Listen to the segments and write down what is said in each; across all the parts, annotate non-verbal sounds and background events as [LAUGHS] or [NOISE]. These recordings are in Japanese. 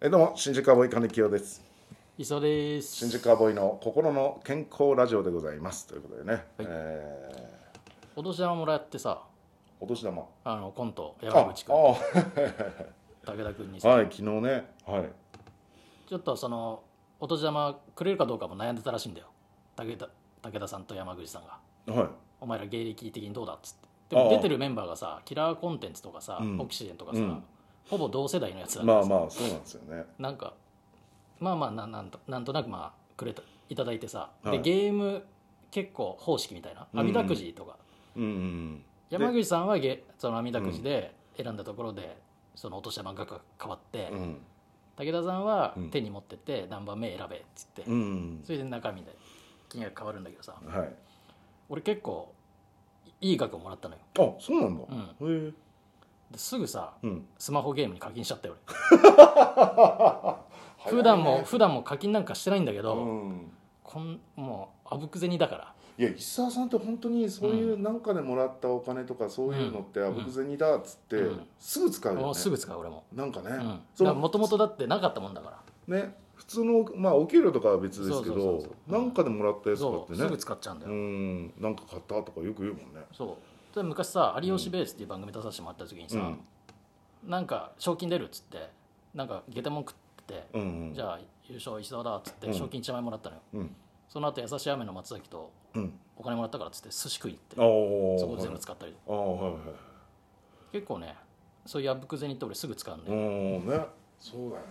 えどうも新宿アボイ金清です磯です新宿アボイの心の健康ラジオでございますということでね、えお年玉もらってさーお年玉あのコントあ山口君あ武田君にさはい昨日ねはいちょっとそのお年玉くれるかどうかも悩んでたらしいんだよ武田武田さんと山口さんがはい「お前ら芸歴的にどうだ」っつってであもあ出てるメンバーがさキラーコンテンツとかさ、うんオキシデンとかさ、うんほぼ同世代のやつだからまあさまあそうなんですよねなんかまあまあななんとなんとなくまあくれたいただいてさ、はいでゲーム結構方式みたいなうん網だくじとか、うんうん山口さんはゲその網だくじで選んだところで、そのお年玉額が変わって、うんうん武田さんはうん手に持ってって何番目選べっつって、うんそれで中身で金額変わるんだけどさうんはい俺結構いい額をもらったのよあそうなんだ、へえですぐさうんスマホゲームに課金しちゃったよ俺早いね [LAUGHS] 普段も普段も課金なんかしてないんだけど、うんこんもうあぶく銭だからいや石澤さんって本当にそういうなんかでもらったお金とかそういうのってあうんぶく銭だっつってうんすぐ使うよもねうすぐ使う俺もなんかね、そのもともとだってなかったもんだからね普通のまあお給料とかは別ですけそうそうどそうそうなんかでもらったやつとかっそてうねすぐ使っちゃうんだうよ、んなんか買ったとかよく言うもんねそうで昔さ「有吉ベース」っていう番組出させてもらった時にさ、うんなんか賞金出るっつってなんか下手もん食ってて、うんうんじゃあ優勝石澤だっつっうてん賞金1万円もらったのよ、うんその後優しい雨の松崎とうんお金もらったからっつって寿司食いにああ行ってそこ全部はい使ったりとかああはいは結構ねそういうあぶく銭って俺すぐ使うんいで、うんねそうだよ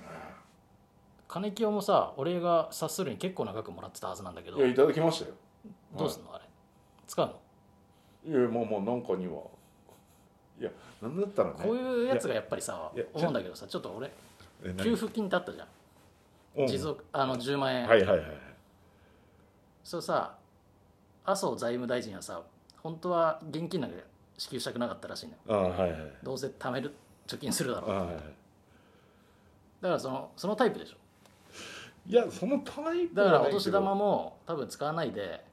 金清もさ俺が察するに結構長くもらってたはずなんだけどねいやいただきましたよどうすんのあれ使うのいやまあまあなんかにはいやなんだったらねこういうやつがやっぱりさいや思うんだけどさちょっと俺え何給付金ってあったじゃうんん持続あの10万円、はいはいはいそれさ麻生財務大臣はさ本当は現金なんか支給したくなかったらしいのよああはいはいどうせ貯める貯金するだああろうはいはいだからそのそのタイプでしょいやそのタイプだからはおないけ年ど玉も多分使わないで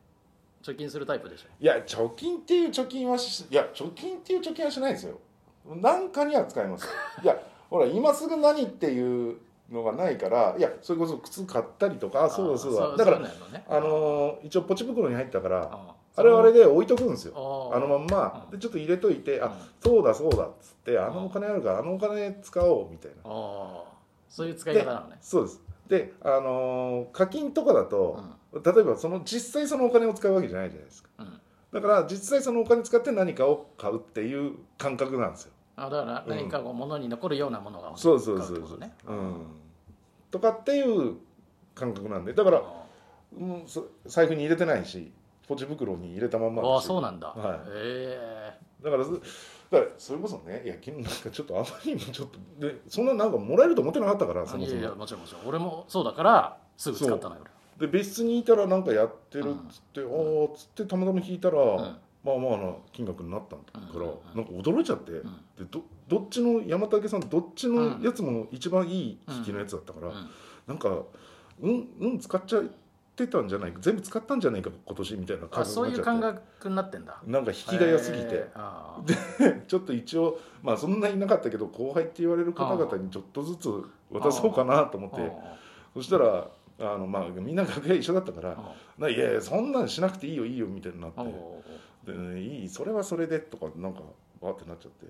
貯金するタイプでしょいや貯金っていう貯金はしいや貯金っていう貯金はしないですよなんかには使い [LAUGHS] ますよいやほら今すぐ何っていうのがないからいやそれこそ靴買ったりとかあそうだそうだだからそうなんねあのー一応ポチ袋に入ったからああれはあれで置いとくんですよああのまんまうでちょっと入れといてうんあそうだそうだっつってあうのんお金あるからあのお金使おうみたいなああそういう使い方なのねそうですであのー課金とかだと例えばその実際そのお金を使うわけじゃないじゃないですかうん、うん、だから実際そのお金使って何かを買うっていう感覚なんですよあだからうん何かこう物に残るようなものが欲しいそうそうそ買ううそう、ってことねうん、とかっていう感覚なんでだから、あうん、そ財布に入れてないしポチ袋に入れたまんまああだあしそうなんだ、はいえだからそだからそれこそねいや昨日なんかちょっとあまりにもちょっとでそんななんかもらえると思ってなかったからえそもいそやいもやもちろんもちろん俺もそうだからすぐ使ったのよで別室にいたらなんかやってるっつって、ああっつってたまたま聞いたら、俺うんまあまあな金額になったんだから、うんうんうんなんか驚いちゃって、うんでどどっちの山竹さんどっちのやつも一番いい引きのやつだったから、うんなんかうんうん使っちゃってたんじゃないか全部使ったんじゃないか今年みたいなあ感そう覚いにうなっちゃっ感て覚になってんだなんか引きが良すぎて、えーああちょっと一応まあそんなにいなかったけど後輩って言われる方々にちょっとずつ渡そうかなと思ってあそしたらあのまあみんな楽屋一緒だったからあ「ないやいやそんなんしなくていいよいいよ」みたいになってああで、いいそれはそれでとかなんかわーってなっちゃって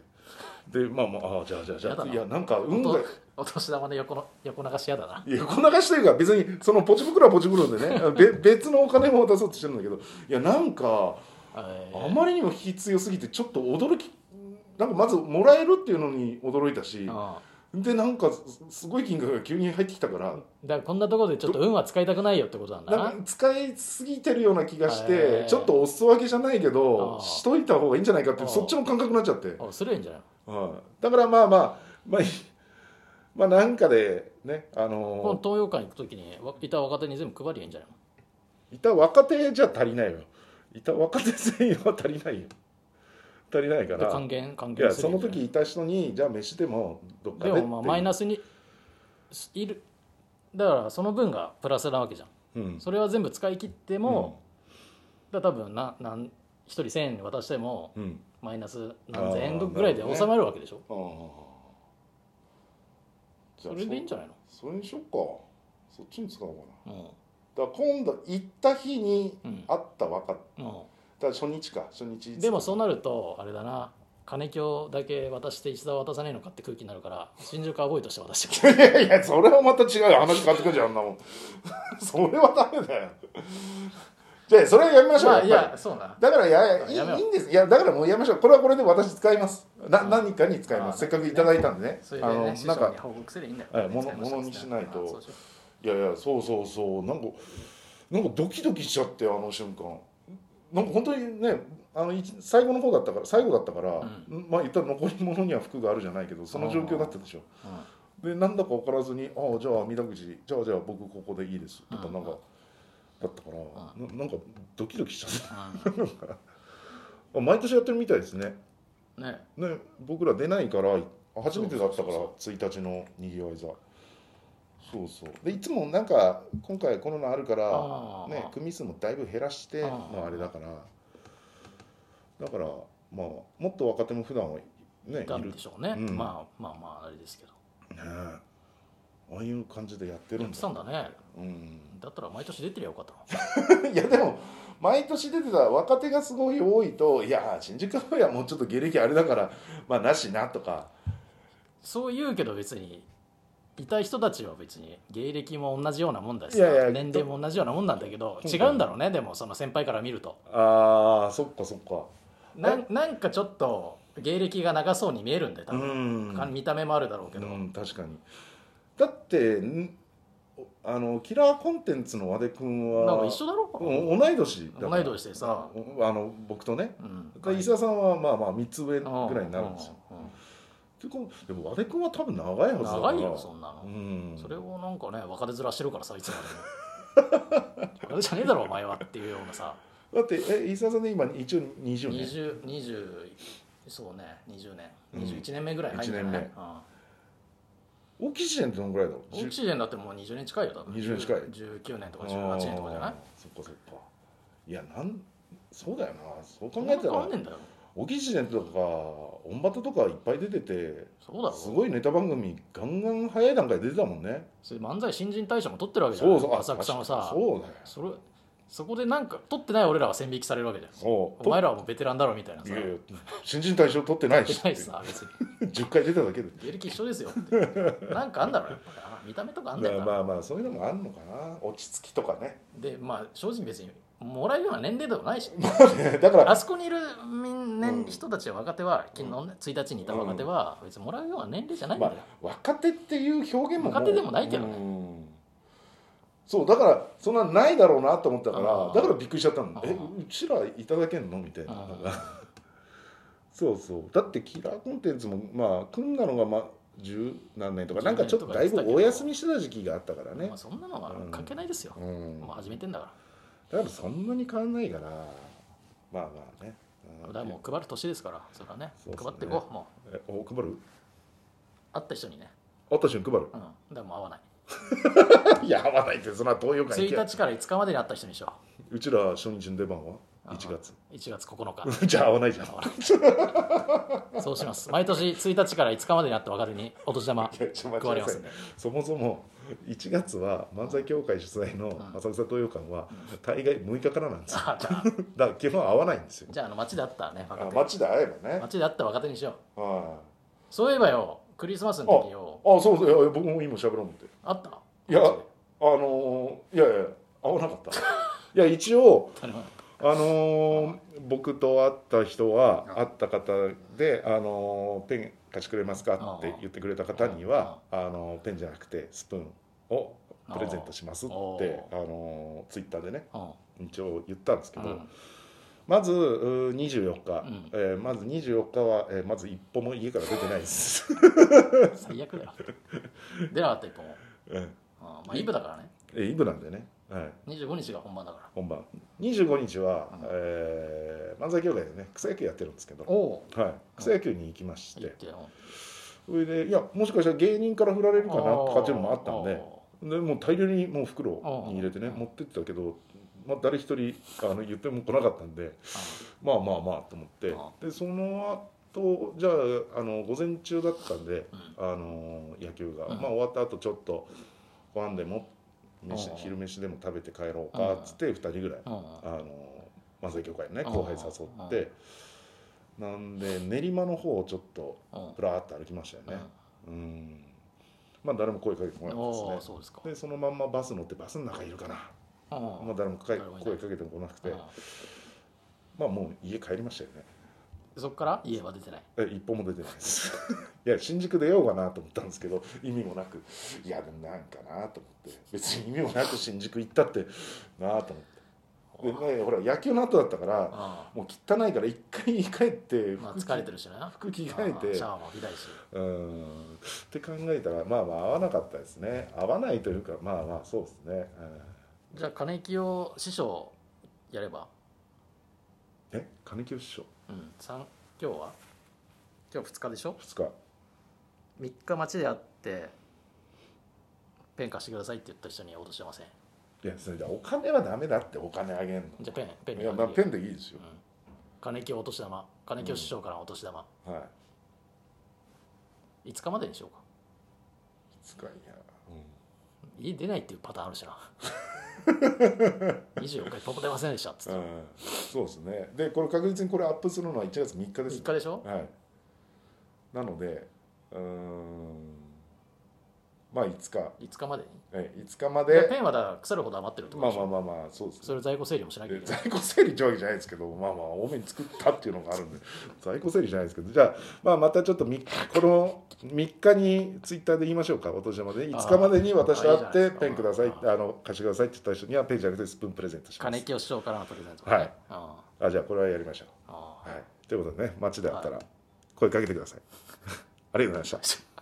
でまあまああーじゃあじゃあじゃやだあないやなんか運が本お年玉の横の横流し嫌だないや横流しというか別にそのポチ袋はポチ袋 [LAUGHS] でねべ別のお金も渡そうとしてるんだけどいやなんかえあーまりにも引き強すぎてちょっと驚きなんかまずもらえるっていうのに驚いたしああでなんかすすごい金額が急に入ってきたからだからこんなところでちょっと運は使いたくないよってことなんだななんか使いすぎてるような気がしてへーちょっとお裾分けじゃないけどあーしといた方がいいんじゃないかってあーそっちの感覚になっちゃって。あすればいいんじゃないのはい、だからまあまあまあいまあなんかでねあこのの東洋館行く時にわいた若手に全部配りゃいいんじゃないのいた若手じゃ足りないよいた若手専用は足りないよ足りないかだからら還元還い元やするそのんじゃない時いた人にじゃあ飯でもどっかででもまあマイナナスにすいるだからその分がプラスなわけじゃんうんそれは全部使い切っても、だから多分ななん1人1000円渡してもうんマイナスあ何千ー円ぐらいでなるほどね収まるわけでしょああじゃそあれでいいんじゃないのそれにしよっかそっちに使おうかうんなだから今度行った日にうん会った分かっうんた初日か初日でもそうなるとあれだな金京だけ渡して一沢渡さねえのかって空気になるから新宿アボイとして渡し [LAUGHS] ていやいやそれはまた違うよ話変わってくるじゃんあんなもん [LAUGHS] それはダメだよ [LAUGHS] じゃあそれはやめましょう、まあやっいぱりやそうなだからやいいいやめよういんですいやだからもうやめましょうこれはこれで私使いますなうん何かに使いますせっかくいただいたんでねそれであのね師なん匠かに報告すればいいんだよええものものにしないとあそうしよいやいやそうそうそうなんかなんかドキドキしちゃってあの瞬間なんか本当にねあの一最後の方だったから最後だったから、まあ言ったら残り物には服があるじゃないけどその状況だったでしょううんでなんだか分からずに「ああじゃあ三田口じゃあじゃあ僕ここでいいです」とかうんなんか、だったから、ななんかドキドキしちゃっうたあ毎年やってるみたいですねんねね僕ら出ないからあ初めてだったからそ1日のにぎわい座そうそうでいつもなんか今回コロナあるからああね組数もだいぶ減らしてあーのあれだからだからまあもっと若手も普段はねいダメるでしょうね、うんまあまあまああれですけどねああいう感じでやってるやっんてだたんだねうん [LAUGHS] だったら毎年出てりゃよかったのいやでも毎年出てた若手がすごい多いといや新宿のはもうちょっと芸歴あれだからまあなしなとかそう言うけど別にいた人たちは別に芸歴も同じようなもんだしさいやいや年齢も同じようなもんなんだけどうん違うんだろうねでもその先輩から見るとあーそっかそっかなんなんかちょっと芸歴が長そうに見えるんで多分、んか見た目もあるだろうけど、うん、確かにだってんあのキラーコンテンツの和出君はなんか一緒だろ、うん同い年だから同い年でさうんあの僕とねうんで伊沢さんはまあまあ3つ上ぐらいになるんですよ、うんうん結構でも和出君は多分長いはずだから長いよそんなの、うん、それをなんかね若手面してるからさいつ [LAUGHS] までもあれじゃねえだろお前はっていうようなさだってえ伊沢さんで今一応20年 20, 20そうね20年うん21年目ぐらい入って一年ね目、オキシエンってどのぐらいだろううん、オキシジェンだってもう20年近いよ多分20年近い19年とか18年とかじゃないあーそっかそっかいやなんそうだよなそうそ考んなえのた変わんらねえんだよオキシジェンとかオンバトとかいっぱい出ててそうだろすごいネタ番組ガンガン早い段階で出てたもんねそれ漫才新人大賞も取ってるわけじゃんそうそうあ浅草のさそうだよそれそこでなんか取ってない俺らは線引きされるわけじゃんそうお前らはもうベテランだろみたいないさやいや新人大賞取ってない取っしてないしさ別に10回出ただけで芸歴一緒ですよってなんかあんだろやっぱな見た目とかあんだよな、まあまあそういうのもあるのかな落ち着きとかね [LAUGHS] でまあ正直別にもらえるような年齢でもないしだからあそこにいるみん、ねうん人たちは若手は昨日、ね、1日にいた若手は別にもらうような年齢じゃないんだまよ、あ、若手っていう表現もう若手でもないけどねうんそうだからそんなないだろうなと思ったからあーだからびっくりしちゃったのあーえうちらいただけんのみたいなあーなんか [LAUGHS] そうそうだってキラーコンテンツもまあ組んだのがまあ十何年とか10なんかちょっとだいぶお休みしてた時期があったからねまあ、そんなのは関係ないですよう、んもう始めてんだかだからそんなに変わんないからまあまあねらだからもう配る年ですからそれはねそうっすね配っていこうもうえお配る会った人にねあった瞬配 [LAUGHS] るうんだからもう会わないいや合わないってそんな東洋館行け1日から5日までに会った人にしようちら初日の出番はあー1月う1月9 [LAUGHS] じゃあ合わないじゃん。日そうします毎年1日から5日までに会った若手にお年 [LAUGHS] 玉いやちょっと配待ってくりまだすさいんでそもそも1月は漫才協会主催のん浅草東洋館は大概6日からなんですよ。あじゃあだから基本合わないんですよ。じゃああの街で会ったね若あ手街で会えばね。街で会った若手にしようはそういえばよクリスマスのい。あ時よ、あそうそういやいや。僕も今喋ろう思って。あったいや、あのーいやいや合わなかった。 [LAUGHS] いや一応当たり前あのー僕と会った人は会った方であのーペン貸してくれますかって言ってくれた方にはあのーペンじゃなくてスプーンをプレゼントしますっおてーあのツイッターでねうん一応言ったんですけど、うんまずうー24日、うんえーまず24日は、えーまず一歩も家から出てないです [LAUGHS] 最悪だよ出なかった一本も、うんうんまあイブだからねえーイブなんでね、はい、 25日が本番だから本番25日は、うんえー漫才協会でね草野球やってるんですけど、おおはい、草野球に行きまし言っててよそれでいやもしかしたら芸人から振られるかなとかっていうのもあったんでおでもう大量にもう袋うにん入れてねうん持ってってたけど、まあ、誰一人あの言っても来なかったんでーまあまあまあと思ってあでそのとじゃああの午前中だったんで、うんあの野球が、うんまあ終わった後ちょっとご飯でも飯うん昼飯でも食べて帰ろうかっつって2人ぐらい、うあんの漫才協会のねうん後輩誘って、なんで練馬の方をちょっとうんぶらーっと歩きましたよね、うんまあ誰も声かけてこうんなかったおでおすねそうですかでそのまんまバス乗ってバスの中いるかな、うんまあ、誰もかい誰もいない声かけてもこなくて、うんまあもう家帰りましたよねそっから家は出てないえ一本も出てないです [LAUGHS] いや新宿出ようかなと思ったんですけど意味もなくいやでもなんかなと思って別に意味もなく新宿行ったってなあと思ってで、ね、ほら野球の後だったからあもう汚いから一回帰ってあまあ疲れてるしな服着替えうんてシャワーも浴びたいしうーんって考えたらまあまあ合わなかったですね合わないというかまあまあそうですね、じゃあ金木を師匠やればうん、え金清師匠うん三今日は今日2日でしょ2日3日待ちで会ってペン貸してくださいって言った人には脅してませんいやそれじゃお金はダメだってお金あげんじゃあペンペンのいにや書いまあてペンでいいですよう、ん金木お年玉金木師匠からのお年玉、はい5日までにしようか2日いや、うん家出ないっていうパターンあるし [LAUGHS] な24日一本も出ませんでしたっつってうんそうですねでこれ確実にこれアップするのは1月3日です3日でしょはいなのでうーんまあ5日5日までにえ5日まいやでペンはだから腐るほど余ってるってことまあでしょ、まあまあまあそうですそれを在庫整理もしなきゃい [LAUGHS] でけな在い庫整理ってわけじゃないですけどまあまあ多めに作ったっていうのがあるんで在庫整理じゃないですけどじゃあ,、まあまたちょっとみこの3日にツイッターで言いましょうかお年玉であー5日までに私とあーいいじゃない会ってですかペンくださいああの貸してくださいって言った人にはペンじゃなくてスプーンプレゼントしま金す木師匠からのプレゼントはいああじゃあこれはやりましょうあ [LAUGHS] [LAUGHS] はい、ということでね街であったら声かけてください、ありがとうございました